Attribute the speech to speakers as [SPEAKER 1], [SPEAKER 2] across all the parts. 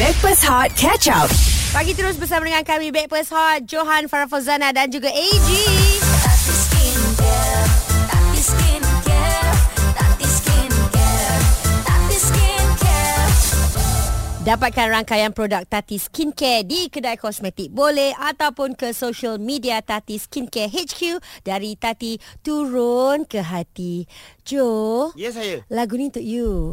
[SPEAKER 1] Breakfast Hot Catch Up.
[SPEAKER 2] Pagi terus bersama dengan kami Breakfast Hot Johan Farah Fauzana dan juga AG
[SPEAKER 3] Tati Skincare, Tati Skincare, Tati Skincare, Tati Skincare.
[SPEAKER 2] Dapatkan rangkaian produk Tati Skincare di kedai kosmetik boleh ataupun ke social media Tati Skincare HQ dari Tati turun ke hati. Jo,
[SPEAKER 4] Ya saya
[SPEAKER 2] lagu ni untuk you.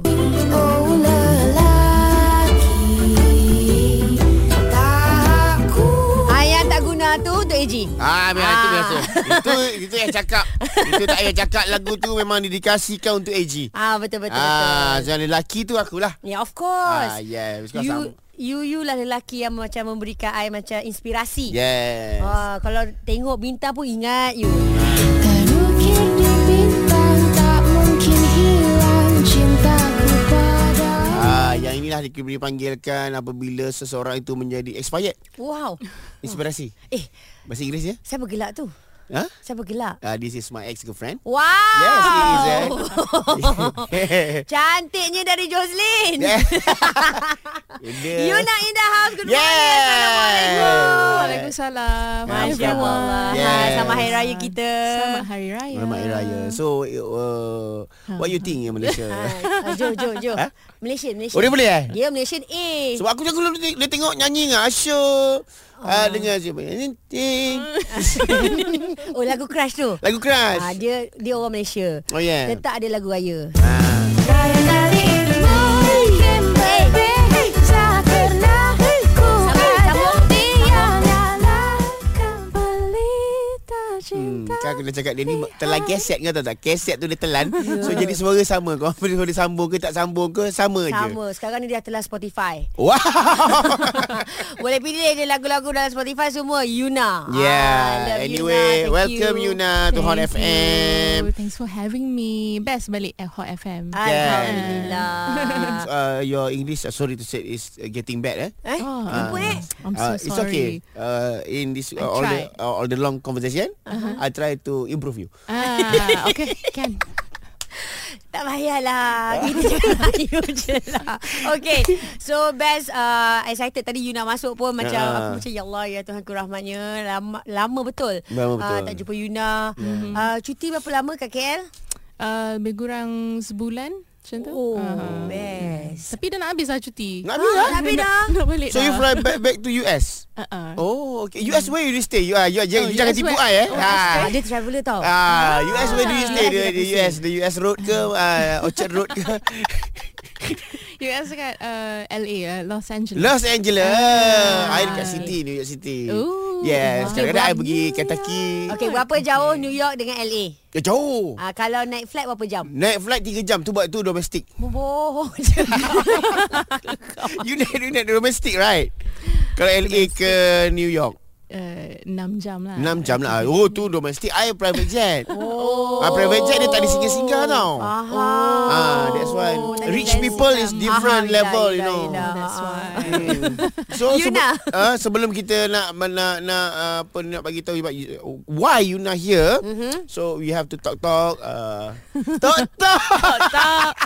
[SPEAKER 3] Oh lelaki, tak ku
[SPEAKER 2] Ayat tak guna tu untuk AG.
[SPEAKER 4] Ah, memang itu
[SPEAKER 2] Ah.
[SPEAKER 4] biasa. Itu itu yang cakap. itu tak payah cakap lagu tu memang didikasikan untuk AG.
[SPEAKER 2] Ah betul betul.
[SPEAKER 4] ah,
[SPEAKER 2] betul.
[SPEAKER 4] jangan lelaki tu akulah.
[SPEAKER 2] Ya of course.
[SPEAKER 4] Ah, yeah, because
[SPEAKER 2] you
[SPEAKER 4] I'm-
[SPEAKER 2] you you lah lelaki yang macam memberikan I macam inspirasi.
[SPEAKER 4] Yes.
[SPEAKER 2] Ah, kalau tengok bintang pun ingat you.
[SPEAKER 3] Terukitnya bintang tak mungkin hilang cintaku padamu.
[SPEAKER 4] Ah, yang inilah diberi panggilkan apabila seseorang itu menjadi expired.
[SPEAKER 2] Wow.
[SPEAKER 4] Inspirasi.
[SPEAKER 2] Eh,
[SPEAKER 4] Bahasa Inggeris ya?
[SPEAKER 2] siapa gelak tu?
[SPEAKER 4] Ha?
[SPEAKER 2] Siapa gelak?
[SPEAKER 4] Ah, this is my ex-girlfriend.
[SPEAKER 2] Wow.
[SPEAKER 4] Yes, it is eh.
[SPEAKER 2] Cantiknya dari Jocelyn.
[SPEAKER 4] Yeah. Dia-
[SPEAKER 2] Yuna in the house. Good morning.
[SPEAKER 4] Yes.
[SPEAKER 2] eh? Assalamualaikum.
[SPEAKER 5] Waalaikumsalam.
[SPEAKER 2] Masya Allah. Hai,
[SPEAKER 4] Yes.
[SPEAKER 2] Selamat Hari Raya kita.
[SPEAKER 5] Selamat Hari Raya.
[SPEAKER 4] Selamat Hari Raya.
[SPEAKER 2] Ya.
[SPEAKER 4] So, uh,
[SPEAKER 2] Ha.
[SPEAKER 4] what you think in Malaysia?
[SPEAKER 2] Ah, Jo, Jo, Jo. Malaysian, Malaysian.
[SPEAKER 4] Oh, dia boleh eh?
[SPEAKER 2] Dia Malaysian A.
[SPEAKER 4] Sebab aku jago dia, dia tengok nyanyi dengan Asya. Ah, dengan siapa? Ting.
[SPEAKER 2] Oh, lagu Crush tu.
[SPEAKER 4] Lagu keras.
[SPEAKER 2] Ah, dia dia orang Malaysia.
[SPEAKER 4] Oh, yeah.
[SPEAKER 2] Tetap ada lagu raya.
[SPEAKER 4] Ah.
[SPEAKER 3] Raya dari mungkin berbeza karena ku ada tiadakan pelita
[SPEAKER 4] Hmm,
[SPEAKER 3] cinta.
[SPEAKER 4] kau kena cakap dia ni telan keset kau tahu tak? Keset tu dia telan.
[SPEAKER 2] Ya.
[SPEAKER 4] So jadi suara sama. Kau boleh suara sambung ke tak sambung ke sama, je.
[SPEAKER 2] Sama. Sekarang ni dia telah Spotify.
[SPEAKER 4] Wah.
[SPEAKER 2] Boleh pilih je lagu-lagu dalam Spotify semua Yuna.
[SPEAKER 4] Yeah.
[SPEAKER 2] Ah, I love
[SPEAKER 4] anyway,
[SPEAKER 2] Thank
[SPEAKER 4] welcome
[SPEAKER 2] you.
[SPEAKER 4] Yuna to Hot
[SPEAKER 5] Thank
[SPEAKER 4] FM.
[SPEAKER 5] you. Thanks for having me. Best balik at Hot FM.
[SPEAKER 2] Ah, Alhamdulillah.
[SPEAKER 4] So, uh, your English, uh, sorry to say, is uh, getting bad eh.
[SPEAKER 2] eh,
[SPEAKER 5] Oh,
[SPEAKER 2] jumpa eh.
[SPEAKER 5] I'm
[SPEAKER 4] uh,
[SPEAKER 5] so sorry.
[SPEAKER 4] It's okay. Uh, in this uh,
[SPEAKER 5] I Uh-huh.
[SPEAKER 4] all the
[SPEAKER 5] try.
[SPEAKER 4] uh, all the long conversation, I try to improve you.
[SPEAKER 5] Ah, okay, can.
[SPEAKER 2] Tak payahlah. Kita je Melayu je lah. Okay. So best uh, excited tadi Yuna masuk pun macam
[SPEAKER 4] Ah.
[SPEAKER 2] aku macam ya Allah ya Tuhan ku rahmatnya. Lama, lama betul.
[SPEAKER 4] Lama betul. Hmm.
[SPEAKER 2] Ah, tak jumpa Yuna. Ah, cuti berapa lama kat KL?
[SPEAKER 5] Uh, lebih kurang sebulan macam tu.
[SPEAKER 2] Oh,
[SPEAKER 5] Ah.
[SPEAKER 2] best.
[SPEAKER 5] Tapi dah nak habis lah cuti.
[SPEAKER 4] Nak habis lah.
[SPEAKER 2] nak habis dah.
[SPEAKER 5] Nak balik
[SPEAKER 4] So
[SPEAKER 5] dah.
[SPEAKER 4] you fly back back to US.
[SPEAKER 5] Uh-uh.
[SPEAKER 4] Oh, okay. US where you stay? You are you, are, you,
[SPEAKER 5] Oh,
[SPEAKER 4] jangan
[SPEAKER 5] US
[SPEAKER 4] tipu
[SPEAKER 5] where-
[SPEAKER 4] I eh.
[SPEAKER 5] Oh,
[SPEAKER 4] ha.
[SPEAKER 2] Ah, dia traveler tau.
[SPEAKER 4] Ah, US where do you stay? The,
[SPEAKER 2] Dia
[SPEAKER 4] the US, the US road ke, uh, Orchard road ke,
[SPEAKER 5] US dekat uh, LA, uh, Los Angeles.
[SPEAKER 4] Los Angeles. I
[SPEAKER 5] Ah.
[SPEAKER 4] dekat city, New York City.
[SPEAKER 5] Ooh.
[SPEAKER 4] yes,
[SPEAKER 5] Ah.
[SPEAKER 4] kadang-kadang I pergi
[SPEAKER 5] Banyak.
[SPEAKER 4] Kentucky.
[SPEAKER 2] Okay, berapa jauh New York dengan LA?
[SPEAKER 4] Eh, jauh.
[SPEAKER 2] Ah, kalau naik flight berapa jam?
[SPEAKER 4] Naik flight 3 jam tu buat tu domestik.
[SPEAKER 2] Boboh je.
[SPEAKER 4] you naik you naik domestic right? Kalau LA ke New York
[SPEAKER 5] Uh, 6 jam lah.
[SPEAKER 4] 6 jam lah Oh tu domestic I private jet
[SPEAKER 2] Ah. Oh.
[SPEAKER 4] Ah, private jet dia tak ada singgah-singgah tau.
[SPEAKER 2] Faham.
[SPEAKER 4] Ah, that's why
[SPEAKER 2] tak ada
[SPEAKER 4] rich
[SPEAKER 2] fancy
[SPEAKER 4] people is
[SPEAKER 2] Oh, macam- ya,
[SPEAKER 4] different
[SPEAKER 2] Faham,
[SPEAKER 4] level,
[SPEAKER 2] yelah,
[SPEAKER 4] you know.
[SPEAKER 2] yelah, yelah.
[SPEAKER 5] That's why.
[SPEAKER 2] Ah.
[SPEAKER 4] So
[SPEAKER 2] Yuna.
[SPEAKER 4] ah, sebelum kita nak nak nak ah, apa nak bagi tahu about you- why you not here.
[SPEAKER 2] Hmm.
[SPEAKER 5] Mhm.
[SPEAKER 4] Mm-hmm. So we have to talk talk uh, talk talk.
[SPEAKER 2] Tak.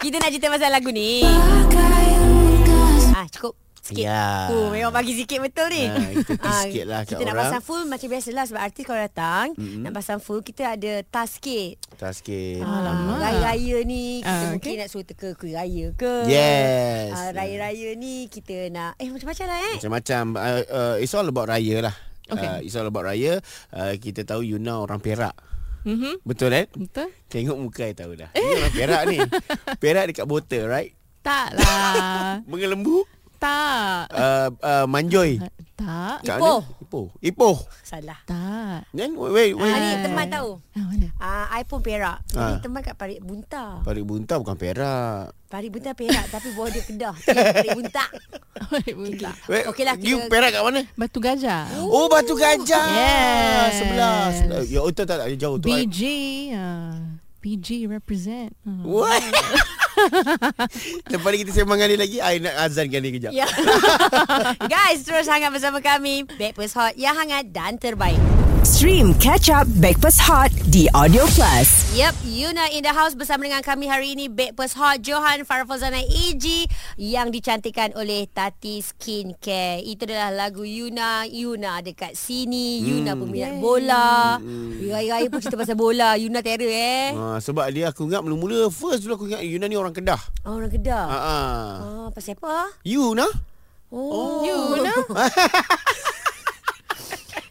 [SPEAKER 2] Kita nak cerita pasal lagu ni.
[SPEAKER 3] Pakai ungkas
[SPEAKER 2] Ah, cukup. Sikit.
[SPEAKER 4] Ya.
[SPEAKER 2] Oh, memang bagi sikit betul ni.
[SPEAKER 4] Ah, kita tease sikit lah
[SPEAKER 2] Kita
[SPEAKER 4] kat
[SPEAKER 2] nak
[SPEAKER 4] orang.
[SPEAKER 2] pasang full macam biasalah sebab artis kalau datang, mm-hmm. nak pasang full kita ada task sikit.
[SPEAKER 4] Tak sikit.
[SPEAKER 2] Alamak. Raya-raya ni kita
[SPEAKER 5] Ah,
[SPEAKER 2] mungkin
[SPEAKER 5] okey.
[SPEAKER 2] nak suruh teka kuih raya ke.
[SPEAKER 4] Yes.
[SPEAKER 2] Ah, raya-raya ni kita nak eh macam-macam lah eh.
[SPEAKER 4] Macam-macam uh, uh, It's all about raya lah
[SPEAKER 5] Okay.
[SPEAKER 4] uh, It's all about raya uh, Kita tahu Yuna orang Perak
[SPEAKER 5] Mhm.
[SPEAKER 4] Betul kan?
[SPEAKER 5] Betul?
[SPEAKER 4] Tengok muka saya tahu dah
[SPEAKER 2] Eh.
[SPEAKER 4] Ini orang Perak ni Perak dekat botol right?
[SPEAKER 5] Tak lah.
[SPEAKER 4] Mengelembu
[SPEAKER 5] tak.
[SPEAKER 4] uh, uh, Manjoi
[SPEAKER 5] Tak.
[SPEAKER 4] Kat
[SPEAKER 2] Ipoh.
[SPEAKER 4] mana? Ipoh Ipoh
[SPEAKER 2] Salah.
[SPEAKER 5] Tak.
[SPEAKER 4] Then wait
[SPEAKER 2] Ah,
[SPEAKER 4] wait
[SPEAKER 2] ni teman tahu.
[SPEAKER 5] Ah, mana?
[SPEAKER 2] Ah, I pun Perak. Jadi
[SPEAKER 4] Ah.
[SPEAKER 2] teman kat Parit Bunta.
[SPEAKER 4] Parit Bunta bukan Perak
[SPEAKER 2] Parit Bunta Perak tapi bawah dia Kedah. Tu yang Parit Bunta.
[SPEAKER 5] Budak.
[SPEAKER 4] Wait,
[SPEAKER 2] Okey lah,
[SPEAKER 4] You
[SPEAKER 2] kita-
[SPEAKER 4] Perak kat mana?
[SPEAKER 5] Batu gajah.
[SPEAKER 4] Oh Batu Gajah
[SPEAKER 5] Yes.
[SPEAKER 4] Sebelah, sebelah. Ya oh, tak tak tak, jauh tu
[SPEAKER 5] BG.
[SPEAKER 4] uh,
[SPEAKER 5] ah, BG represent. Ah.
[SPEAKER 4] What? Lepas ni kita sembang dengan dia lagi I nak azankan dia kejap
[SPEAKER 2] Ya. Guys, terus hangat bersama kami. Breakfast Hot yang hangat dan terbaik.
[SPEAKER 1] Stream Catch Up Backpass Hot di Audio Plus.
[SPEAKER 2] Yep, Yuna in the house bersama dengan kami hari ini Backpast Hot Johan Farfazana Eji E yang dicantikkan oleh Tati Skincare. Itu adalah lagu Yuna Yuna dekat sini. Yuna peminat bola. Raya-raya pun cerita pasal bola. Yuna terror eh.
[SPEAKER 4] Ha, sebab dia aku ingat mula-mula first dulu aku ingat Yuna ni orang Kedah.
[SPEAKER 2] Oh, orang Kedah.
[SPEAKER 4] Ha ah.
[SPEAKER 2] Ah, pasal apa?
[SPEAKER 4] Yuna?
[SPEAKER 2] Oh, Yuna.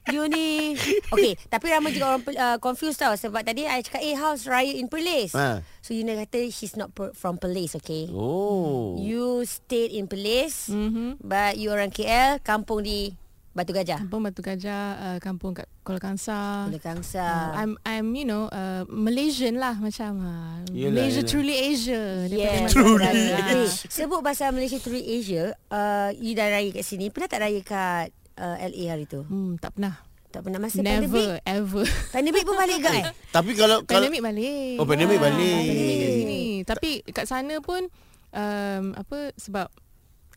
[SPEAKER 2] You ni Okay Tapi ramai juga orang uh, Confused tau Sebab tadi I cakap Eh house raya in Perlis
[SPEAKER 4] Ha.
[SPEAKER 2] So Yuna kata She's not per- from Perlis Okay
[SPEAKER 4] Oh.
[SPEAKER 2] You stayed in Perlis
[SPEAKER 5] Hmm.
[SPEAKER 2] mm-hmm. But you orang KL Kampung di Batu Gajah
[SPEAKER 5] Kampung Batu Gajah, uh, kampung kat Kuala Kangsar.
[SPEAKER 2] Kuala
[SPEAKER 5] Uh,
[SPEAKER 2] Kangsa
[SPEAKER 5] I'm I'm you know uh, Malaysian lah macam uh,
[SPEAKER 4] Yelah,
[SPEAKER 5] Malaysia
[SPEAKER 4] yelah.
[SPEAKER 5] truly Asia
[SPEAKER 2] Yeah,
[SPEAKER 5] Malaysia.
[SPEAKER 2] Truly Asia. Eh, Sebut bahasa Malaysia Truly Asia uh, You dah raya kat sini Pernah tak raya kat uh, LA hari tu?
[SPEAKER 5] Hmm, tak pernah.
[SPEAKER 2] Tak pernah masa pandemik
[SPEAKER 5] Never ever.
[SPEAKER 2] Pandemik pun balik kat eh?
[SPEAKER 4] Tapi kalau kalau
[SPEAKER 5] pandemik balik.
[SPEAKER 4] Oh, pandemik
[SPEAKER 5] Ah,
[SPEAKER 4] balik.
[SPEAKER 5] Pandemik kat sini. Tapi kat sana pun um, apa sebab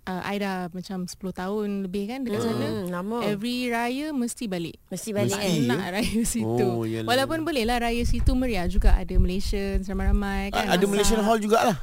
[SPEAKER 5] uh, I dah macam 10 tahun lebih kan dekat sana.
[SPEAKER 2] Hmm, lama.
[SPEAKER 5] Every raya mesti balik.
[SPEAKER 2] Mesti balik
[SPEAKER 5] Tak
[SPEAKER 2] kan?
[SPEAKER 4] Mesti.
[SPEAKER 5] nak raya situ.
[SPEAKER 4] Oh, yalah.
[SPEAKER 5] Walaupun boleh lah raya situ meriah juga ada Malaysian ramai-ramai kan.
[SPEAKER 4] Ah, ada
[SPEAKER 5] masak.
[SPEAKER 4] Malaysian Hall jugalah.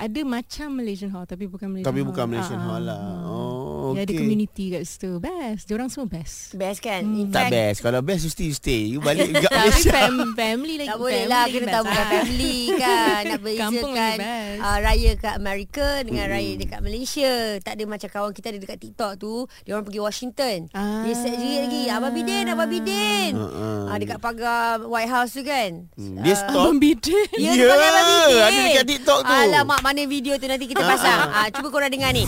[SPEAKER 5] Ada macam Malaysian Hall tapi bukan Malaysian
[SPEAKER 4] Tapi
[SPEAKER 5] Hall.
[SPEAKER 4] bukan Malaysian
[SPEAKER 5] Ah,
[SPEAKER 4] Hall
[SPEAKER 5] ah.
[SPEAKER 4] lah. Oh,
[SPEAKER 5] Dia ada
[SPEAKER 4] okey.
[SPEAKER 5] community kat situ. Best. Diorang semua best.
[SPEAKER 2] Best kan? In
[SPEAKER 5] Hmm.
[SPEAKER 2] fact,
[SPEAKER 4] Tak best. Kalau best you still stay. You balik juga
[SPEAKER 5] Tapi
[SPEAKER 4] Malaysia.
[SPEAKER 5] fam- family lagi
[SPEAKER 2] Tak boleh
[SPEAKER 5] family
[SPEAKER 2] lah
[SPEAKER 5] lagi
[SPEAKER 2] Kena
[SPEAKER 5] best
[SPEAKER 2] tahu bukan
[SPEAKER 5] lah.
[SPEAKER 2] family kan Nak
[SPEAKER 5] Kampung lagi
[SPEAKER 2] berizakan
[SPEAKER 5] best. Hmm.
[SPEAKER 2] uh, Raya kat Amerika Dengan mm. raya dekat Malaysia Tak ada macam kawan kita ada dekat TikTok tu Dia orang pergi Washington
[SPEAKER 5] Ah.
[SPEAKER 2] Dia set diri lagi Abang Bidin Abang Bidin
[SPEAKER 4] Ah, ah.
[SPEAKER 2] uh, Dekat pagar White House tu kan
[SPEAKER 4] Hmm, Dia stop.
[SPEAKER 5] Abang Bidin.
[SPEAKER 2] Ya, yeah,
[SPEAKER 4] Ya,
[SPEAKER 2] Abang Bidin
[SPEAKER 4] ada dekat TikTok tu. Ah,
[SPEAKER 2] Alamak mana video tu nanti kita pasang uh, Cuba korang dengar ni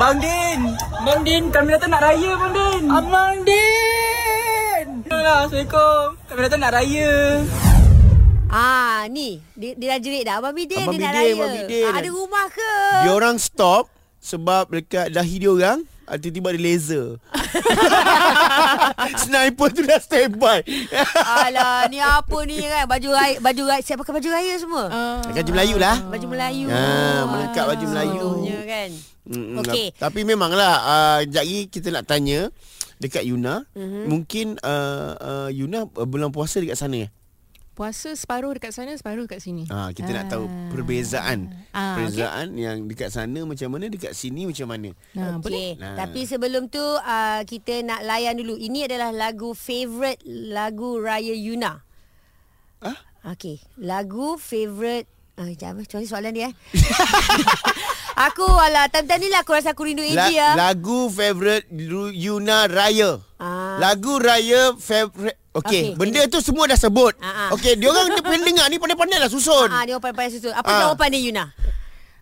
[SPEAKER 6] Bang Din Bang Din Kami datang nak raya Bang Din Abang Din Assalamualaikum Kami datang nak raya
[SPEAKER 2] Ah ni dia, dia dah jerit dah Abang Bidin
[SPEAKER 4] Abang
[SPEAKER 2] dia nak
[SPEAKER 4] Bidin,
[SPEAKER 2] raya
[SPEAKER 4] Abang Bidin.
[SPEAKER 2] Ah, Ada rumah ke
[SPEAKER 4] Dia orang stop sebab dekat dahi dia orang ah, tiba-tiba ada laser. Sniper tu dah standby.
[SPEAKER 2] Alah ni apa ni kan Baju raya Baju raya Siap pakai baju raya semua
[SPEAKER 5] Ah.
[SPEAKER 4] Kaji Melayu lah.
[SPEAKER 2] Baju Melayu
[SPEAKER 4] Ah, melekat baju Melayu.
[SPEAKER 2] Seronoknya kan
[SPEAKER 4] Mm,
[SPEAKER 2] Okey.
[SPEAKER 4] lap- Tapi memanglah uh, Sekejap lagi kita nak tanya Dekat Yuna
[SPEAKER 5] Mhm.
[SPEAKER 4] mm-hmm. Mungkin uh, uh, Yuna uh, bulan puasa dekat sana ya?
[SPEAKER 5] Puasa separuh dekat sana, separuh dekat sini.
[SPEAKER 4] ha, Kita nak tahu perbezaan
[SPEAKER 5] Ah,
[SPEAKER 4] Perbezaan yang dekat sana macam mana Dekat sini macam mana
[SPEAKER 5] Nah, Ah, boleh.
[SPEAKER 2] Okey,
[SPEAKER 4] Nah.
[SPEAKER 2] tapi sebelum tu uh, kita nak layan dulu. Ini adalah lagu favorite lagu Raya Yuna.
[SPEAKER 4] Ah?
[SPEAKER 2] Okey, lagu favorite Ah, jap, eh. sorry soalan dia eh. aku ala time-time ni lah aku rasa aku rindu
[SPEAKER 4] La-
[SPEAKER 2] India.
[SPEAKER 4] Lagu favourite Lu- Yuna Raya
[SPEAKER 2] Ah.
[SPEAKER 4] Lagu Raya favourite
[SPEAKER 2] Okey.
[SPEAKER 4] Okey okay. Benda tu semua dah sebut
[SPEAKER 2] Ah, ah.
[SPEAKER 4] Okey Diorang dia pengen dengar ni Pandai-pandai lah susun
[SPEAKER 2] ah, dia orang pandai susun. Apa
[SPEAKER 4] Ah.
[SPEAKER 2] jawapan dia Yuna?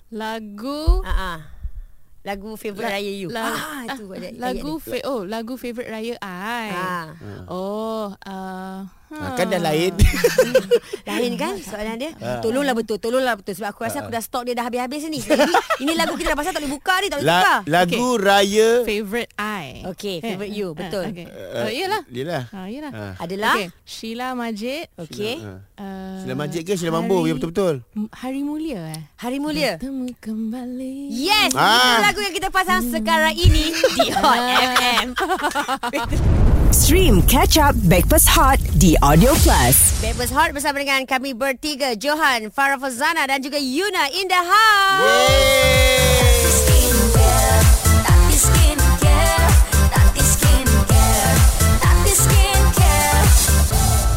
[SPEAKER 5] Lagu
[SPEAKER 2] Ah, ah. Lagu favorite Raya you.
[SPEAKER 5] la-
[SPEAKER 2] ah, tu
[SPEAKER 5] ah,
[SPEAKER 2] ada- ayat
[SPEAKER 5] lagu
[SPEAKER 2] dia.
[SPEAKER 5] fa- oh lagu favorite raya I.
[SPEAKER 2] Ah.
[SPEAKER 5] Oh, uh,
[SPEAKER 4] ha, Kan dah lain Hmm.
[SPEAKER 2] Lain kan soalan dia
[SPEAKER 4] Ah.
[SPEAKER 2] Tolonglah betul Tolonglah betul Sebab aku rasa aku dah stok dia dah habis-habis ni Jadi ini lagu kita dah pasang Tak boleh buka ni Tak boleh buka
[SPEAKER 4] La- Lagu Raya eh,
[SPEAKER 5] Favorite I.
[SPEAKER 2] Okay, favourite you, betul.
[SPEAKER 5] Uh, okay.
[SPEAKER 2] Oh,
[SPEAKER 5] Uh, yelah.
[SPEAKER 4] Yelah
[SPEAKER 5] Ha, yelah.
[SPEAKER 4] Ah.
[SPEAKER 2] Adalah
[SPEAKER 5] Okay. Sheila Majid.
[SPEAKER 2] Okay
[SPEAKER 4] Ah.
[SPEAKER 5] Uh,
[SPEAKER 4] Sila majik ke Sila mambo Ya betul-betul
[SPEAKER 5] Hari Mulia eh.
[SPEAKER 2] Hari Mulia
[SPEAKER 5] Temu kembali.
[SPEAKER 2] Yes
[SPEAKER 4] Ah.
[SPEAKER 2] Itu lagu yang kita pasang sekarang ini Di Hot FM
[SPEAKER 1] Stream Catch Up Backpass Hot di Audio Plus.
[SPEAKER 2] Bebas Hot bersama dengan kami bertiga Johan, Farah Fazana dan juga Yuna in the house
[SPEAKER 4] Yeay
[SPEAKER 3] Skincare, Tati Skincare, Tati Skincare, Tati Skincare.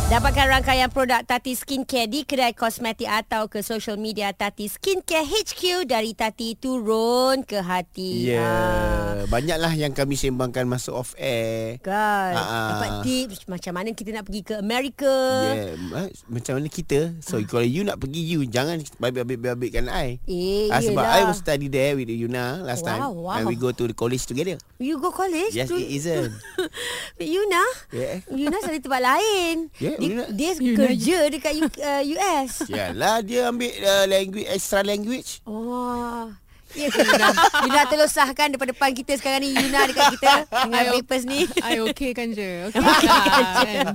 [SPEAKER 2] Dapatkan rangkaian produk Tati Skincare di kedai kosmetik atau ke social media Tati Skincare HQ dari Tati turun ke hati. Ah.
[SPEAKER 4] Ya yeah. Banyaklah yang kami sembangkan Masa off air
[SPEAKER 2] Kan
[SPEAKER 4] Ah, ah.
[SPEAKER 2] Dapat tips Macam mana kita nak pergi ke Ah. Amerika yeah.
[SPEAKER 4] Yeah. Ah, Macam mana kita So kalau you nak pergi You Jangan babik-babik-babikkan I
[SPEAKER 2] Eh
[SPEAKER 4] Ah, sebab I
[SPEAKER 2] yelah
[SPEAKER 4] was study there with Yuna last
[SPEAKER 2] Wow,
[SPEAKER 4] time
[SPEAKER 2] wow.
[SPEAKER 4] and we go to the college together.
[SPEAKER 2] You go college
[SPEAKER 4] Yes,
[SPEAKER 2] to,
[SPEAKER 4] it eh? isn't.
[SPEAKER 2] But Yuna
[SPEAKER 4] Yeah.
[SPEAKER 2] Yuna dari tempat lain
[SPEAKER 4] Yeah,
[SPEAKER 2] Dia,
[SPEAKER 4] Yuna-
[SPEAKER 2] dia
[SPEAKER 5] Yuna-
[SPEAKER 2] kerja dekat U, uh, US
[SPEAKER 4] Yalah dia ambil uh, language extra language.
[SPEAKER 2] Oh Ya ke Yuna Yuna tolong sahkan Depan-depan kita sekarang ni Yuna dekat kita Dengan papers ni
[SPEAKER 5] I okay kan je. Okay. lah, kan.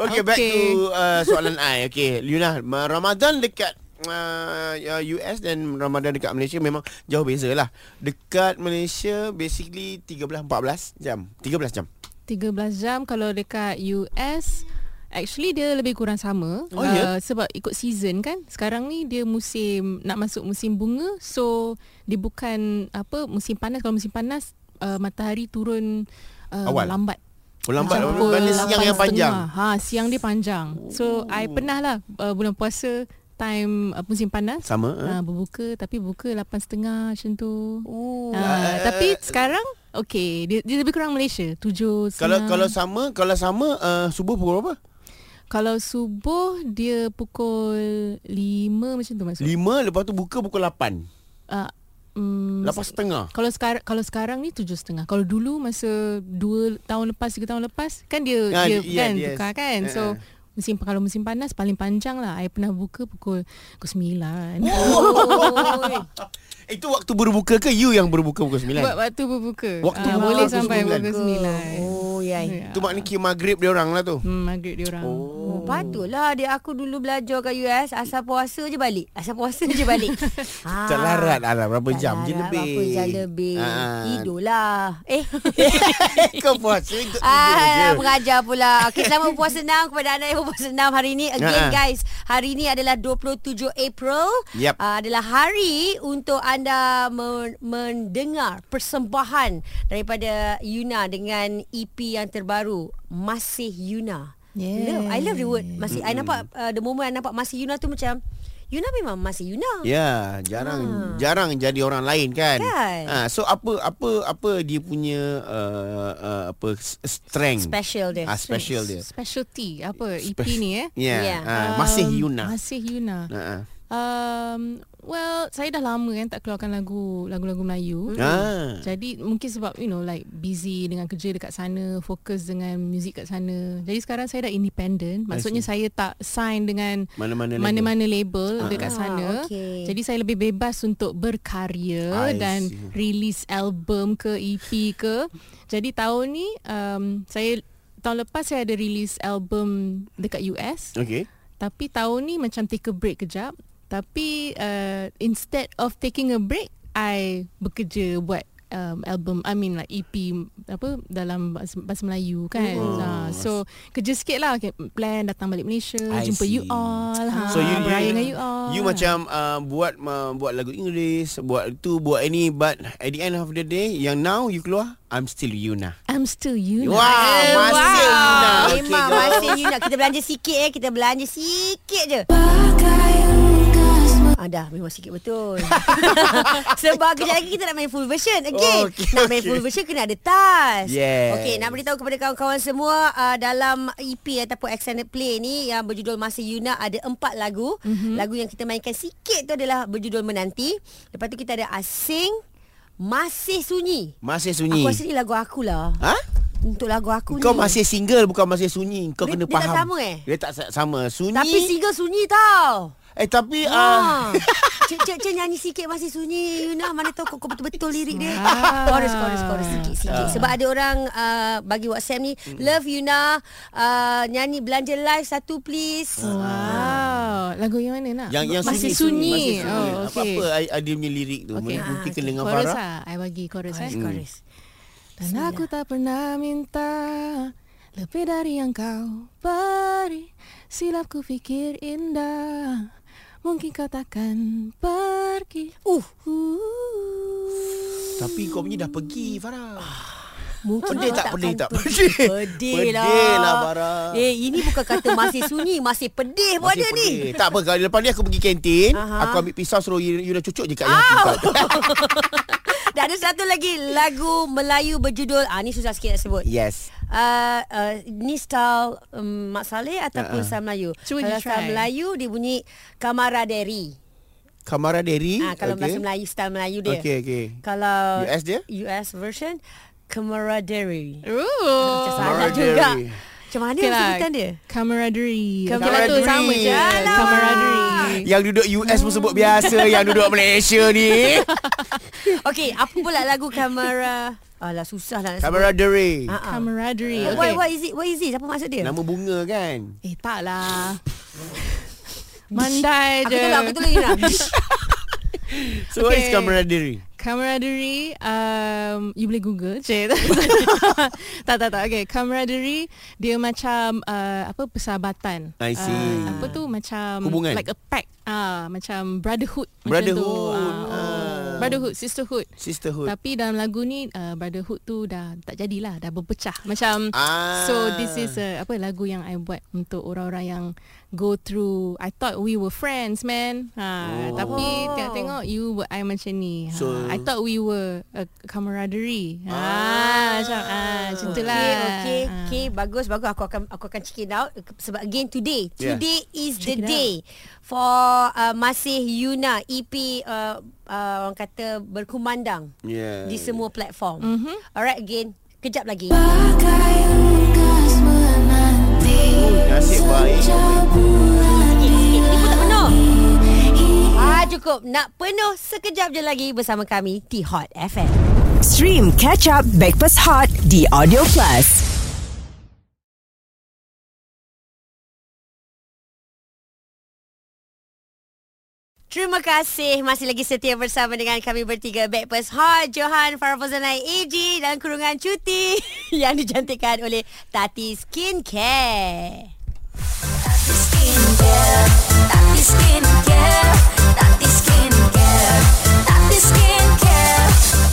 [SPEAKER 4] Okay, okay. back
[SPEAKER 5] Okay.
[SPEAKER 4] to uh, soalan I. Okay, Yuna, ma- Ramadan dekat uh, ya, US dan Ramadan dekat Malaysia memang jauh beza lah. Dekat Malaysia basically 13 14 jam. 13 jam.
[SPEAKER 5] 13 jam kalau dekat US Actually dia lebih kurang sama Uh,
[SPEAKER 4] Oh, ya?
[SPEAKER 5] Sebab ikut season kan Sekarang ni dia musim Nak masuk musim bunga So dia bukan apa Musim panas Kalau musim panas uh, Matahari turun uh,
[SPEAKER 4] Awal.
[SPEAKER 5] Lambat
[SPEAKER 4] Oh, lambat. Lambat
[SPEAKER 5] Macam pukul
[SPEAKER 4] ni siang yang
[SPEAKER 5] 8.30.
[SPEAKER 4] panjang. Oh.
[SPEAKER 5] Ha, siang dia panjang. So, I pernah lah uh, bulan puasa time uh, musim panas.
[SPEAKER 4] Sama, eh?
[SPEAKER 2] Ah,
[SPEAKER 5] Ha, berbuka tapi buka 8.30 macam tu.
[SPEAKER 4] Oh.
[SPEAKER 5] Ha,
[SPEAKER 4] Ah,
[SPEAKER 5] tapi sekarang okay, dia, dia lebih kurang Malaysia. 7.
[SPEAKER 4] Kalau kalau sama, kalau sama uh, subuh pukul berapa?
[SPEAKER 5] kalau subuh dia pukul 5 macam tu masuk.
[SPEAKER 4] Lima, lepas tu buka pukul lapan.
[SPEAKER 5] Uh, um,
[SPEAKER 4] Lapan setengah.
[SPEAKER 5] kalau sekarang kalau sekarang ni tujuh setengah. Kalau dulu masa dua tahun lepas tiga tahun lepas kan dia
[SPEAKER 4] Ah,
[SPEAKER 5] ah, dia
[SPEAKER 4] di-
[SPEAKER 5] kan
[SPEAKER 4] yeah, yes.
[SPEAKER 5] tukar kan. So
[SPEAKER 4] Uh-uh.
[SPEAKER 5] musim kalau musim panas paling panjang lah. I pernah buka pukul pukul sembilan.
[SPEAKER 4] Oh,
[SPEAKER 2] Oh,
[SPEAKER 4] Itu waktu berbuka ke you yang berbuka pukul
[SPEAKER 5] Buat
[SPEAKER 4] sembilan?
[SPEAKER 5] waktu berbuka.
[SPEAKER 4] kan? Waktu
[SPEAKER 5] Ah,
[SPEAKER 4] berbuka
[SPEAKER 5] boleh
[SPEAKER 4] pukul
[SPEAKER 5] sampai
[SPEAKER 4] sembilan. kan.
[SPEAKER 5] pukul sembilan.
[SPEAKER 2] Oh, yai.
[SPEAKER 5] Ya.
[SPEAKER 4] Tu maknanya kira maghrib dia orang lah tu.
[SPEAKER 5] Hmm, maghrib dia orang.
[SPEAKER 2] Oh, patutlah dia aku dulu belajar kat US asal puasa je balik. Asal puasa je balik. ha.
[SPEAKER 4] Tak larat lah berapa
[SPEAKER 2] Tak
[SPEAKER 4] jam je
[SPEAKER 2] larat,
[SPEAKER 4] lebih.
[SPEAKER 2] Berapa jam lebih.
[SPEAKER 4] Ah.
[SPEAKER 2] Tidurlah. Eh.
[SPEAKER 4] Kau puasa ikut
[SPEAKER 2] Ah,
[SPEAKER 4] tidur je.
[SPEAKER 2] mengajar pula. Okey, selamat puasa enam kepada anak yang berpuasa enam hari ini. Again
[SPEAKER 4] Ha-ha.
[SPEAKER 2] guys, hari ini adalah 27 April.
[SPEAKER 4] Yap.
[SPEAKER 2] Ah, adalah hari untuk anda men- mendengar persembahan daripada Yuna dengan EP yang terbaru, Masih Yuna. Love.
[SPEAKER 5] Yeah.
[SPEAKER 2] I love the word Masih. I nampak uh, the moment I nampak Masih Yuna tu macam Yuna memang Masih Yuna.
[SPEAKER 4] Ya, jarang jarang jadi orang lain kan.
[SPEAKER 2] Kan?
[SPEAKER 4] Ah, so apa apa apa dia punya uh, uh, apa s- strength.
[SPEAKER 2] Special dia.
[SPEAKER 4] Ah, special dia.
[SPEAKER 5] Specialty apa EP
[SPEAKER 4] Spec-
[SPEAKER 5] ni eh?
[SPEAKER 4] Ya. Yeah.
[SPEAKER 2] Yeah.
[SPEAKER 4] Ah, masih
[SPEAKER 5] Um,
[SPEAKER 4] Yuna.
[SPEAKER 5] Masih Yuna.
[SPEAKER 4] Ah, ah.
[SPEAKER 5] Um, well, saya dah lama kan tak keluarkan lagu lagu-lagu Melayu.
[SPEAKER 4] Ah.
[SPEAKER 5] Jadi mungkin sebab you know like busy dengan kerja dekat sana, fokus dengan muzik kat sana. Jadi sekarang saya dah independent. Maksudnya saya tak sign dengan
[SPEAKER 4] Mana-mana label. Ah.
[SPEAKER 5] mana-mana label dekat sana.
[SPEAKER 2] okay.
[SPEAKER 5] Jadi saya lebih bebas untuk berkarya
[SPEAKER 4] I
[SPEAKER 5] dan
[SPEAKER 4] see.
[SPEAKER 5] release album ke EP ke. Jadi tahun ni um, saya tahun lepas saya ada release album dekat US.
[SPEAKER 4] Okay.
[SPEAKER 5] Tapi tahun ni macam take a break kejap. Tapi uh, instead of taking a break, I bekerja buat um, album, I mean like EP apa dalam bahasa, bahasa Melayu kan.
[SPEAKER 4] Hmm.
[SPEAKER 5] Oh. Uh, so kerja sikit lah. Okay, plan datang balik Malaysia,
[SPEAKER 4] I
[SPEAKER 5] jumpa
[SPEAKER 4] see.
[SPEAKER 5] you all. Ha,
[SPEAKER 4] So you you,
[SPEAKER 5] beraya dengan you Ah. all.
[SPEAKER 4] you macam uh, buat uh, buat lagu Inggeris, buat tu, buat ini but at the end of the day yang now you keluar I'm still Yuna.
[SPEAKER 5] I'm still you.
[SPEAKER 4] Wow, Ah, masih Yuna. Okay,
[SPEAKER 2] Eh, Memang
[SPEAKER 4] girl.
[SPEAKER 2] Masih Yuna. Kita belanja sikit eh. Kita belanja sikit je. Ah, dah memang sikit betul Sebab kejap lagi kita nak main full version Again okay,
[SPEAKER 4] Okey,
[SPEAKER 2] Nak main
[SPEAKER 4] okey.
[SPEAKER 2] full version kena ada tas
[SPEAKER 4] Yes.
[SPEAKER 2] Okay nak beritahu kepada kawan-kawan semua uh, Dalam EP ataupun extended play ni Yang berjudul Masih Yuna Ada empat lagu
[SPEAKER 4] Mhm.
[SPEAKER 2] mm-hmm. Lagu yang kita mainkan sikit tu adalah Berjudul Menanti Lepas tu kita ada Asing Masih Sunyi
[SPEAKER 4] Masih sunyi.
[SPEAKER 2] Aku rasa ni lagu akulah
[SPEAKER 4] Ha?
[SPEAKER 2] Untuk lagu aku ni
[SPEAKER 4] Kau masih single bukan masih sunyi. Kau
[SPEAKER 2] Dia-
[SPEAKER 4] kena
[SPEAKER 2] dia tak
[SPEAKER 4] faham.
[SPEAKER 2] sama eh?
[SPEAKER 4] Dia tak sa- sama. Sunyi.
[SPEAKER 2] Tapi single sunyi tau
[SPEAKER 4] eh tapi
[SPEAKER 2] Ah.
[SPEAKER 4] ah
[SPEAKER 2] Cik, cik, cik nyanyi sikit masih sunyi Yuna mana tahu kau, kau betul-betul lirik dia
[SPEAKER 5] Ah.
[SPEAKER 2] Chorus, chorus, chorus sikit-sikit
[SPEAKER 4] Ah.
[SPEAKER 2] Sebab ada orang uh, bagi WhatsApp ni
[SPEAKER 4] Hmm.
[SPEAKER 2] Love Yuna uh, Nyanyi belanja live satu please
[SPEAKER 4] Oh.
[SPEAKER 5] Wow. Lagu yang mana nak?
[SPEAKER 4] yang yang
[SPEAKER 5] Masih
[SPEAKER 4] sunyi.
[SPEAKER 5] sunyi. Oh, okay. Ah,
[SPEAKER 4] Apa-apa I- ada punya lirik tu. Okay. Buktikan dengan
[SPEAKER 5] chorus
[SPEAKER 4] Farah.
[SPEAKER 5] lah. I bagi chorus.
[SPEAKER 2] Chorus,
[SPEAKER 5] eh.
[SPEAKER 2] chorus
[SPEAKER 5] Dan aku tak pernah minta lebih dari yang kau beri. Silap ku fikir indah. Mungkin kau takkan pergi.
[SPEAKER 2] Uh,
[SPEAKER 4] Tapi kau punya dah pergi Farah.
[SPEAKER 2] mungkin
[SPEAKER 4] Pedih
[SPEAKER 2] kau
[SPEAKER 4] tak pedih
[SPEAKER 2] akan
[SPEAKER 4] tak
[SPEAKER 2] pergi.
[SPEAKER 4] pedih.
[SPEAKER 2] Pedih lah
[SPEAKER 4] Pedih lah Farah.
[SPEAKER 2] Eh ini bukan kata masih sunyi Masih pedih pun
[SPEAKER 4] Masih
[SPEAKER 2] ada ni
[SPEAKER 4] pedih. Tak apa kalau lepas ni aku pergi kantin,
[SPEAKER 2] Aha.
[SPEAKER 4] aku ambil pisau suruh you, you dah cucuk je kat yang aku.
[SPEAKER 2] Dan ada satu lagi Lagu Melayu berjudul ah Ni susah sikit nak sebut
[SPEAKER 4] Yes.
[SPEAKER 2] uh, uh, ni style um, Mak Saleh
[SPEAKER 4] Ah,
[SPEAKER 2] ataupun uh-uh. style Melayu.
[SPEAKER 5] Cuba
[SPEAKER 2] kalau
[SPEAKER 5] you
[SPEAKER 2] style
[SPEAKER 5] try.
[SPEAKER 2] Melayu dia bunyi kamaraderi.
[SPEAKER 4] Kamara Derry.
[SPEAKER 2] Ah kalau bahasa Melayu style Melayu dia.
[SPEAKER 4] Okey, okey.
[SPEAKER 2] Kalau
[SPEAKER 4] US dia?
[SPEAKER 2] US version kamaraderi. Macam
[SPEAKER 5] Ooh.
[SPEAKER 2] salah
[SPEAKER 4] Camaraderie.
[SPEAKER 2] juga. Macam mana okay
[SPEAKER 5] Okey lah.
[SPEAKER 2] sebutan dia?
[SPEAKER 5] Camaraderie.
[SPEAKER 2] Camaraderie.
[SPEAKER 5] Okey lah tu sama je.
[SPEAKER 2] Alamak.
[SPEAKER 5] Camaraderie.
[SPEAKER 4] Yang duduk US pun sebut biasa,
[SPEAKER 2] Hmm.
[SPEAKER 4] yang duduk Malaysia ni.
[SPEAKER 2] Okey, apa pula lagu kamera? Alah susah lah nak
[SPEAKER 4] Kamara
[SPEAKER 2] sebut. Ah,
[SPEAKER 4] Derry.
[SPEAKER 2] ya. ah.
[SPEAKER 5] Camaraderie.
[SPEAKER 2] What,
[SPEAKER 5] Okay.
[SPEAKER 2] what is it? What is it? Apa maksud dia?
[SPEAKER 4] Nama bunga kan?
[SPEAKER 5] Eh tak lah.
[SPEAKER 2] aku
[SPEAKER 5] Mandai je.
[SPEAKER 2] tolong, aku tolong Ira.
[SPEAKER 4] So okay. what is
[SPEAKER 5] Okay.
[SPEAKER 4] camaraderie?
[SPEAKER 5] Camaraderie um, You boleh google Cik Tak tak tak Okay Camaraderie Dia macam uh, Apa Persahabatan
[SPEAKER 4] I see.
[SPEAKER 5] Uh, apa tu Macam
[SPEAKER 4] Hubungan.
[SPEAKER 5] Like a pack ah, Macam brotherhood
[SPEAKER 4] Brotherhood.
[SPEAKER 5] macam tu. Ah. Brotherhood Sisterhood
[SPEAKER 4] Sisterhood.
[SPEAKER 5] Tapi dalam lagu ni uh, Brotherhood tu dah tak jadilah Dah berpecah Macam
[SPEAKER 4] Ah.
[SPEAKER 5] So this is a, apa lagu yang I buat Untuk orang-orang yang Go through I thought we were friends man ha, oh. Tapi tengok, tengok you buat I macam ni ha,
[SPEAKER 4] So-
[SPEAKER 5] I thought we were a camaraderie ha, Macam ah, macam tu lah
[SPEAKER 2] Okay, okay,
[SPEAKER 5] Ah.
[SPEAKER 2] okay, bagus, bagus. Aku akan aku akan check it out sebab again today,
[SPEAKER 4] Yeah.
[SPEAKER 2] today is the
[SPEAKER 5] Check it out.
[SPEAKER 2] day for uh, Masih Yuna EP uh, uh, orang kata berkumandang
[SPEAKER 4] Yeah.
[SPEAKER 2] di semua platform.
[SPEAKER 5] Mhm.
[SPEAKER 2] Mm-hmm. Alright, again, kejap lagi.
[SPEAKER 3] Bagai unggas menanti
[SPEAKER 4] Nasib baik.
[SPEAKER 2] Sikit, sikit. Ini pun tak penuh. Ah, cukup. Nak penuh sekejap je lagi bersama kami di Hot FM.
[SPEAKER 1] Stream Catch Up Backpass Hot The Audio Plus.
[SPEAKER 2] Terima kasih masih lagi setia bersama dengan kami bertiga Backpast Hot Johan Farfazanai AG dan kurungan cuti yang dicantikkan oleh Tati Skincare.
[SPEAKER 3] Tati skincare Tati skincare Tati skincare Tati skincare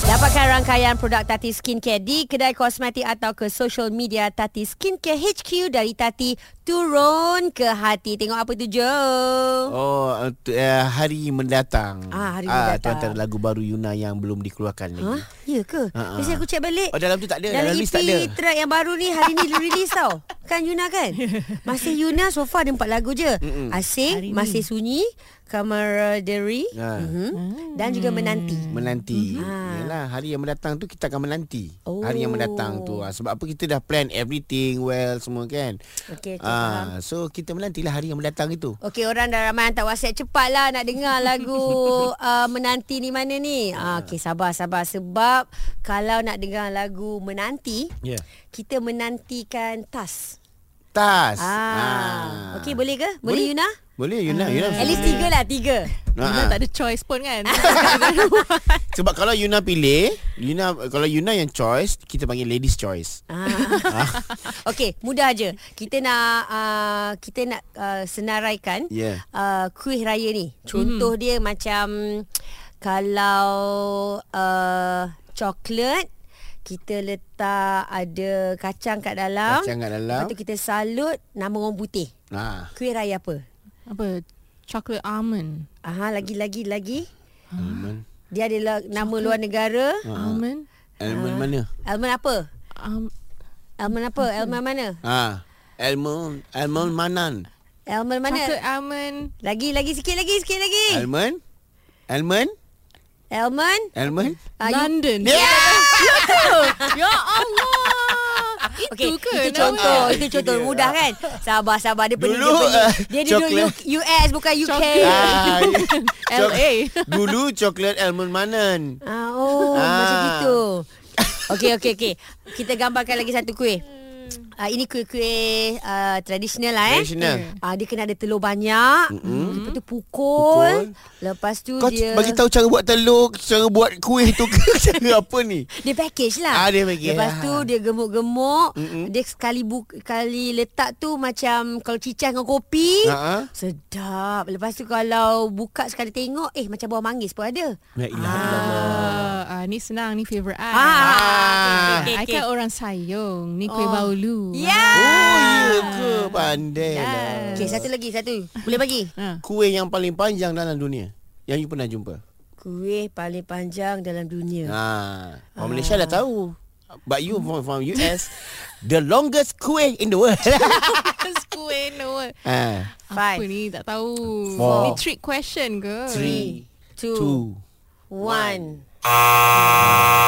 [SPEAKER 2] Dapatkan rangkaian produk Tati Skincare di kedai kosmetik atau ke social media Tati Skincare HQ dari Tati turun ke hati. Tengok apa tu Joe?
[SPEAKER 4] Oh, untuk, uh, hari mendatang.
[SPEAKER 2] Ah, hari mendatang.
[SPEAKER 4] Itu antara lagu baru Yuna yang belum dikeluarkan lagi.
[SPEAKER 2] Hah? Ya ke?
[SPEAKER 4] Ha, ha.
[SPEAKER 2] Mesti aku cek balik.
[SPEAKER 4] Oh, dalam tu tak ada.
[SPEAKER 2] Dalam,
[SPEAKER 4] Dalam
[SPEAKER 2] EP
[SPEAKER 4] list tak ada.
[SPEAKER 2] track yang baru ni Hari ni release tau Kan Yuna kan Masih Yuna so far ada empat lagu je Mm-mm. Asing Masih Sunyi Camaraderie
[SPEAKER 4] Ha.
[SPEAKER 2] mm-hmm. Dan juga
[SPEAKER 4] Hmm.
[SPEAKER 2] Menanti
[SPEAKER 4] Menanti
[SPEAKER 2] Hmm. Ha.
[SPEAKER 4] Yalah hari yang mendatang tu Kita akan menanti
[SPEAKER 2] Oh.
[SPEAKER 4] Hari yang mendatang tu ah, Sebab apa kita dah plan Everything well Semua kan
[SPEAKER 2] Okey, okey,
[SPEAKER 4] ah, So kita menantilah Hari yang mendatang itu
[SPEAKER 2] Okey orang dah ramai hantar WhatsApp cepat lah nak dengar lagu uh, Menanti ni mana ni. Ah, Okey sabar sabar sebab kalau nak dengar lagu Menanti
[SPEAKER 4] Ya.
[SPEAKER 2] kita menantikan tas.
[SPEAKER 4] Tas
[SPEAKER 2] Ah. Okey boleh ke? Boleh, Yuna?
[SPEAKER 4] Boleh Yuna, Yuna
[SPEAKER 2] At least tiga lah tiga.
[SPEAKER 4] Ah,
[SPEAKER 5] Kita
[SPEAKER 4] ah.
[SPEAKER 5] tak ada choice pun kan
[SPEAKER 4] Sebab kalau Yuna pilih Yuna Kalau Yuna yang choice Kita panggil ladies choice
[SPEAKER 2] Ah. Okey, mudah je. Kita nak uh, kita nak uh, senaraikan
[SPEAKER 4] Yeah.
[SPEAKER 2] uh, kuih raya ni. Contoh mm. dia macam kalau uh, coklat kita letak ada kacang kat dalam.
[SPEAKER 4] Kacang kat dalam.
[SPEAKER 2] Lepas tu kita salut nama orang putih.
[SPEAKER 4] ah.
[SPEAKER 2] Kuih raya apa?
[SPEAKER 5] Apa Chocolate almond
[SPEAKER 2] Aha, lagi lagi lagi.
[SPEAKER 4] Almond
[SPEAKER 2] Dia ada la- nama luar negara.
[SPEAKER 5] Almond
[SPEAKER 2] Ah.
[SPEAKER 4] Almond mana?
[SPEAKER 2] Almond apa?
[SPEAKER 5] um,
[SPEAKER 2] Almond apa? Almond mana?
[SPEAKER 4] Ah. Almond Almond manan
[SPEAKER 2] Almond mana?
[SPEAKER 5] Chocolate almond
[SPEAKER 2] Lagi lagi sikit lagi sikit lagi.
[SPEAKER 4] Almond Almond
[SPEAKER 2] Almond
[SPEAKER 4] Almond
[SPEAKER 2] Ah, you-
[SPEAKER 5] London Ya Allah
[SPEAKER 2] Okay,
[SPEAKER 5] Itu ke
[SPEAKER 2] itu
[SPEAKER 5] nama?
[SPEAKER 2] contoh, itu contoh mudah kan? Sabar, sabar dia pening,
[SPEAKER 4] Dulu,
[SPEAKER 2] dia
[SPEAKER 4] eh,
[SPEAKER 2] pening. Dia duduk
[SPEAKER 4] coklat.
[SPEAKER 2] U- US bukan UK.
[SPEAKER 5] Coklat.
[SPEAKER 4] Ah, cok-
[SPEAKER 5] LA.
[SPEAKER 4] Dulu coklat almond manan.
[SPEAKER 2] Ah, oh,
[SPEAKER 4] Ah.
[SPEAKER 2] macam itu. Okey, okey, okey. Kita gambarkan lagi satu kuih. Uh, ini kuih-kuih uh, tradisional lah eh.
[SPEAKER 4] Tradisional.
[SPEAKER 2] Ah, dia kena ada telur banyak. Mm-hmm. Lepas tu pukul. pukul. Lepas tu
[SPEAKER 4] Kau
[SPEAKER 2] dia...
[SPEAKER 4] bagi tahu cara buat telur, cara buat kuih tu ke cara apa ni?
[SPEAKER 2] Dia package lah
[SPEAKER 4] Ah, dia package.
[SPEAKER 2] Lepas
[SPEAKER 4] Ah.
[SPEAKER 2] tu dia gemuk-gemuk Dia sekali bu- kali letak tu Macam Kalau cicah dengan kopi
[SPEAKER 4] Ha-ha.
[SPEAKER 2] Sedap Lepas tu kalau Buka sekali tengok Eh macam buah manggis pun ada
[SPEAKER 4] La ilaha illallah.
[SPEAKER 5] Ah, ni senang ni favorite I.
[SPEAKER 2] Ah, okay, okay,
[SPEAKER 5] I
[SPEAKER 2] okay.
[SPEAKER 5] kan orang sayung. Ni kuih oh. baulu.
[SPEAKER 2] Yeah
[SPEAKER 4] Oh, iya ke pandai lah.
[SPEAKER 2] Okay satu lagi Satu Boleh bagi
[SPEAKER 4] Kuih yang paling panjang dalam dunia yang you pernah jumpa.
[SPEAKER 2] Kuih paling panjang Dalam dunia
[SPEAKER 4] Ha,
[SPEAKER 2] Ah.
[SPEAKER 4] orang Malaysia dah tahu. But you from, from US The longest kuih in the world
[SPEAKER 5] Kuih no.
[SPEAKER 4] ha.
[SPEAKER 5] Apa
[SPEAKER 2] Five
[SPEAKER 5] ni tak tahu.
[SPEAKER 4] Four.
[SPEAKER 5] Ni trick question ke?
[SPEAKER 4] Three
[SPEAKER 2] Two,
[SPEAKER 4] Two
[SPEAKER 2] One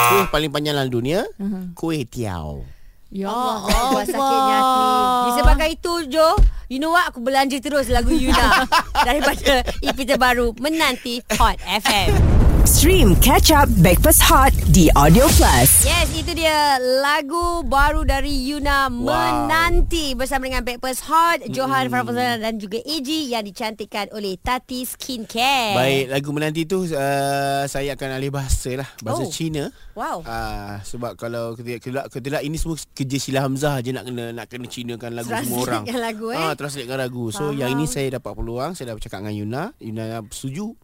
[SPEAKER 4] Kuih paling panjang dalam dunia
[SPEAKER 2] Mhm.
[SPEAKER 4] Kuih tiaw
[SPEAKER 5] Ya
[SPEAKER 2] Oh, Allah,
[SPEAKER 5] Allah.
[SPEAKER 2] Allah sakitnya hati Disebabkan itu Jo You know what Aku E belanja terus lagu Yuna Daripada EP terbaru Menanti Hot FM
[SPEAKER 1] Stream Catch Up Backpass Hot di Audio Plus.
[SPEAKER 2] Yes, itu dia lagu baru dari Yuna wow. Menanti bersama dengan Backpast Hot, Johan mm. Farfazana dan juga Eji yang dicantikkan oleh Tati Skincare.
[SPEAKER 4] Baik, lagu menanti tu uh, saya akan alih bahasa lah. Bahasa
[SPEAKER 2] Oh.
[SPEAKER 4] oh. Cina.
[SPEAKER 2] Wow.
[SPEAKER 4] Uh, sebab kalau kita tidak kalau tidak ini semua kerja Sila Hamzah je nak kena nak kena Cinakan lagu semua orang.
[SPEAKER 2] Translatekan lagu, eh?
[SPEAKER 4] Ah, translatekan lagu. So
[SPEAKER 2] Faham.
[SPEAKER 4] yang ini saya dapat peluang, saya dah bercakap dengan Yuna. Yuna setuju.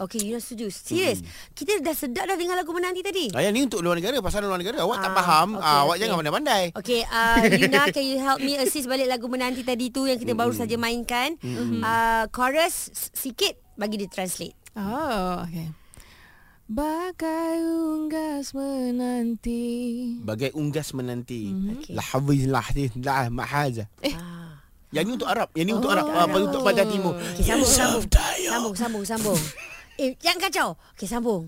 [SPEAKER 2] Okay, Yuna setuju. Serius. Mm. Kita dah sedap dah dengar lagu Menanti tadi.
[SPEAKER 4] Ah, yang ni untuk luar negara, pasal luar negara. Awak tak
[SPEAKER 2] Ah,
[SPEAKER 4] faham,
[SPEAKER 2] okey,
[SPEAKER 4] ah, awak
[SPEAKER 2] okey.
[SPEAKER 4] jangan pandai-pandai.
[SPEAKER 2] Okay, uh, Yuna, can you help me assist balik lagu Menanti tadi tu yang kita baru saja mainkan? Mm. Uh, chorus s- sikit bagi dia translate.
[SPEAKER 5] Oh, okay. Bagai unggas menanti.
[SPEAKER 4] Bagai unggas menanti.
[SPEAKER 2] Mhm, Okey.
[SPEAKER 4] La hafiz la hadith la mahaza. Eh.
[SPEAKER 2] Ah.
[SPEAKER 4] Yang ni untuk Arab, yang ni untuk Arab,
[SPEAKER 2] untuk
[SPEAKER 4] ah,
[SPEAKER 2] Arab.
[SPEAKER 4] untuk Pantai Timur.
[SPEAKER 2] Okay, Oh. sambung, sambung. Sambung, sambung, sambung. eh, jangan kacau. Okay, sambung.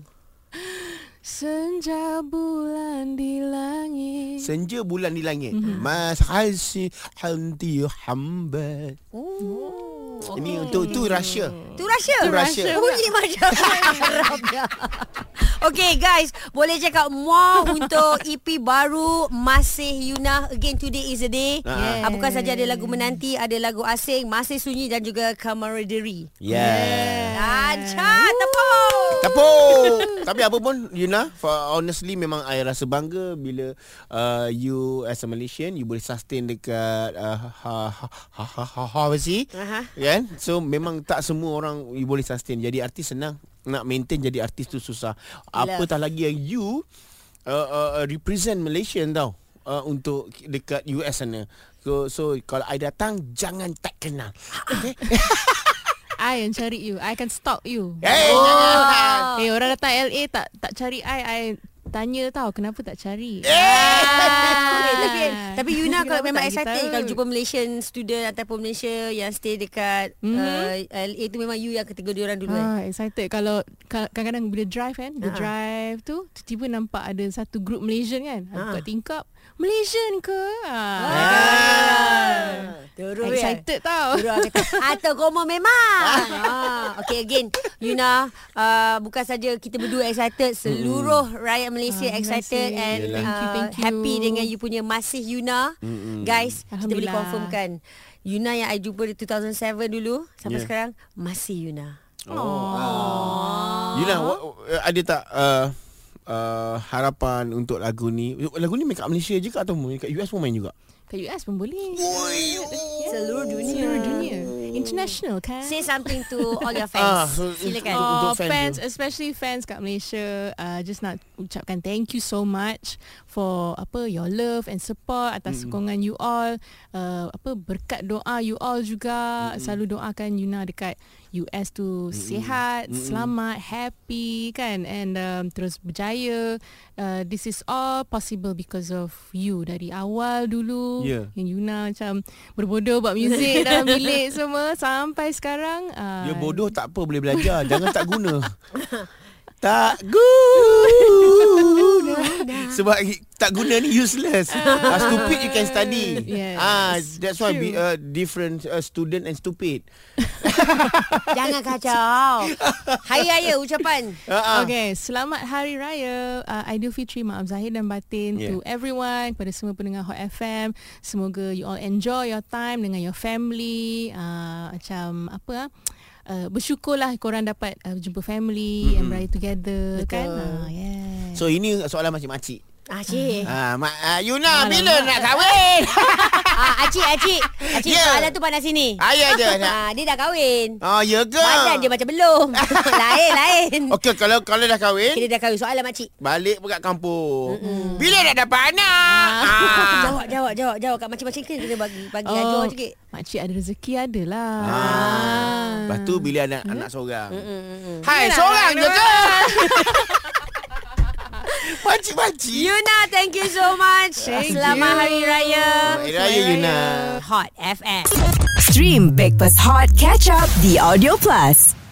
[SPEAKER 5] Senja bulan di langit.
[SPEAKER 4] Senja bulan di langit.
[SPEAKER 2] Mhm.
[SPEAKER 4] Mas Hasi Hanti Hambat.
[SPEAKER 2] Oh.
[SPEAKER 4] Ini untuk tu Russia.
[SPEAKER 2] Tu Russia
[SPEAKER 4] Tu Russia.
[SPEAKER 2] Bunyi macam Arab ya. Okay guys Boleh check out more Untuk EP baru Masih Yuna Again today is the day
[SPEAKER 4] Ah.
[SPEAKER 2] Ah, Bukan saja ada lagu menanti Ada lagu asing Masih sunyi Dan juga camaraderie
[SPEAKER 4] Yeah.
[SPEAKER 2] Lancar Tepuk
[SPEAKER 4] Tepuk Tapi apa pun Yuna for Honestly memang I rasa bangga Bila uh, You as a Malaysian You boleh sustain dekat uh, ha, ha, ha, ha, ha, Hawazi
[SPEAKER 2] Aha.
[SPEAKER 4] kan? So memang tak semua orang You boleh sustain Jadi artis senang Nak maintain jadi artis tu susah Apatah lagi yang you uh, uh, uh, Represent Malaysian tau uh, Untuk dekat US sana So, so kalau I datang Jangan tak kenal
[SPEAKER 5] I yang cari you. I akan stalk you.
[SPEAKER 4] Hey, oh. jangan
[SPEAKER 5] Eh, orang datang LA tak tak cari I, I tanya tau kenapa tak cari. Ah.
[SPEAKER 2] Legit, legit. Tapi Yuna
[SPEAKER 5] Kenapa
[SPEAKER 2] kalau memang
[SPEAKER 5] tak
[SPEAKER 2] excited
[SPEAKER 5] kita?
[SPEAKER 2] kalau jumpa Malaysian student ataupun Malaysia yang stay dekat
[SPEAKER 5] Mhm.
[SPEAKER 2] mm-hmm. uh, LA tu memang you yang ketiga dia orang dulu eh. Ah.
[SPEAKER 5] Ah, excited kalau ka- kadang-kadang bila drive kan, the drive tu tiba-tiba nampak ada satu group Malaysian kan. Aku
[SPEAKER 2] Ah.
[SPEAKER 5] kat tingkap, Malaysian ke? Ah.
[SPEAKER 2] Terus eh.
[SPEAKER 5] Excited tau.
[SPEAKER 2] Terus orang kata Atau komo memang ah, Okay again Yuna uh, Bukan saja kita berdua excited Seluruh rakyat Malaysia
[SPEAKER 5] Ah, terima
[SPEAKER 2] excited
[SPEAKER 5] kasih.
[SPEAKER 2] And
[SPEAKER 4] Yalah.
[SPEAKER 5] Thank you,
[SPEAKER 2] uh,
[SPEAKER 5] thank you.
[SPEAKER 2] happy dengan you punya Masih Yuna Guys Kita boleh
[SPEAKER 5] Alhamdulillah.
[SPEAKER 2] confirmkan Yuna yang I jumpa di 2007 dulu Sampai
[SPEAKER 4] Yeah.
[SPEAKER 2] sekarang Masih Yuna
[SPEAKER 4] Oh. ah. Yuna, wa- wa- ada tak uh, uh, harapan untuk lagu ni? Lagu ni main kat Malaysia je ke atau main kat US pun main juga?
[SPEAKER 5] Kat US pun boleh.
[SPEAKER 2] Seluruh dunia
[SPEAKER 5] Seluruh dunia. International kan?
[SPEAKER 2] Say something to all your
[SPEAKER 4] Ah,
[SPEAKER 2] fans
[SPEAKER 4] so untuk-
[SPEAKER 2] Silakan
[SPEAKER 4] untuk-
[SPEAKER 5] Oh,
[SPEAKER 4] fans
[SPEAKER 5] fans,
[SPEAKER 4] tu.
[SPEAKER 5] especially fans kat Malaysia, uh, just nak ucapkan thank you so much for apa your love and support atas sokongan you all. Uh, apa berkat doa you all juga. Selalu doakan Yuna dekat US tu sihat, selamat, happy kan and um, terus berjaya. Uh, this is all possible because of you dari awal dulu.
[SPEAKER 4] Yeah.
[SPEAKER 5] Yang Yuna macam berbodoh buat muzik dalam bilik semua sampai sekarang. Uh,
[SPEAKER 4] Ya bodoh tak apa boleh belajar. Jangan tak guna. tak guna. Sebab i- tak guna ni useless. Ah, stupid you can study.
[SPEAKER 5] Yes,
[SPEAKER 4] Ah that's why be
[SPEAKER 5] true.
[SPEAKER 4] uh, different uh, student and stupid.
[SPEAKER 2] Jangan kacau Hari Raya ucapan
[SPEAKER 4] Ah, ah.
[SPEAKER 5] Okay, selamat Hari Raya uh, Aidilfitri, maaf zahir dan batin
[SPEAKER 4] Yeah.
[SPEAKER 5] yeah. to everyone, kepada semua pendengar Hot FM. Semoga you all enjoy your time dengan your family. Uh, macam apa ah? Uh, bersyukurlah korang dapat uh, jumpa family mm-hmm. and beraya together
[SPEAKER 2] Betul.
[SPEAKER 5] kan. Uh, yeah.
[SPEAKER 4] So ini soalan makcik-makcik.
[SPEAKER 2] Ah, Cik
[SPEAKER 4] Ah, mak, ah Yuna bila nak kahwin?
[SPEAKER 2] ah, Acik, Acik Acik
[SPEAKER 4] Ya.
[SPEAKER 2] yeah. soalan tu pandang sini
[SPEAKER 4] Ayah je nak.
[SPEAKER 2] Ah, dia dah kahwin.
[SPEAKER 4] Oh, ya ke?
[SPEAKER 2] Badan dia macam belum. lain, lain.
[SPEAKER 4] Okey, kalau kalau dah kahwin,
[SPEAKER 2] Kita dah kahwin soalan makcik.
[SPEAKER 4] balik pun kat kampung. Mm-mm. Bila nak dapat anak? Ah.
[SPEAKER 2] Jawab, jawab, jawab, jawab. Kat macam-macam kan kita bagi, bagi oh. ajar sikit.
[SPEAKER 5] makcik ada rezeki ada lah.
[SPEAKER 4] Ah. Lepas tu bila ada anak seorang. Hai, Eh,
[SPEAKER 5] Bila
[SPEAKER 4] seorang
[SPEAKER 5] nak
[SPEAKER 4] je kan? ke? Pakcik-pakcik.
[SPEAKER 2] Yuna, thank you so much.
[SPEAKER 5] Thank
[SPEAKER 2] Selamat
[SPEAKER 5] you.
[SPEAKER 2] Hari Raya.
[SPEAKER 4] Hari Raya, Yuna.
[SPEAKER 2] Hot FM.
[SPEAKER 1] Stream Backpass Hot Catch Up di Audio Plus.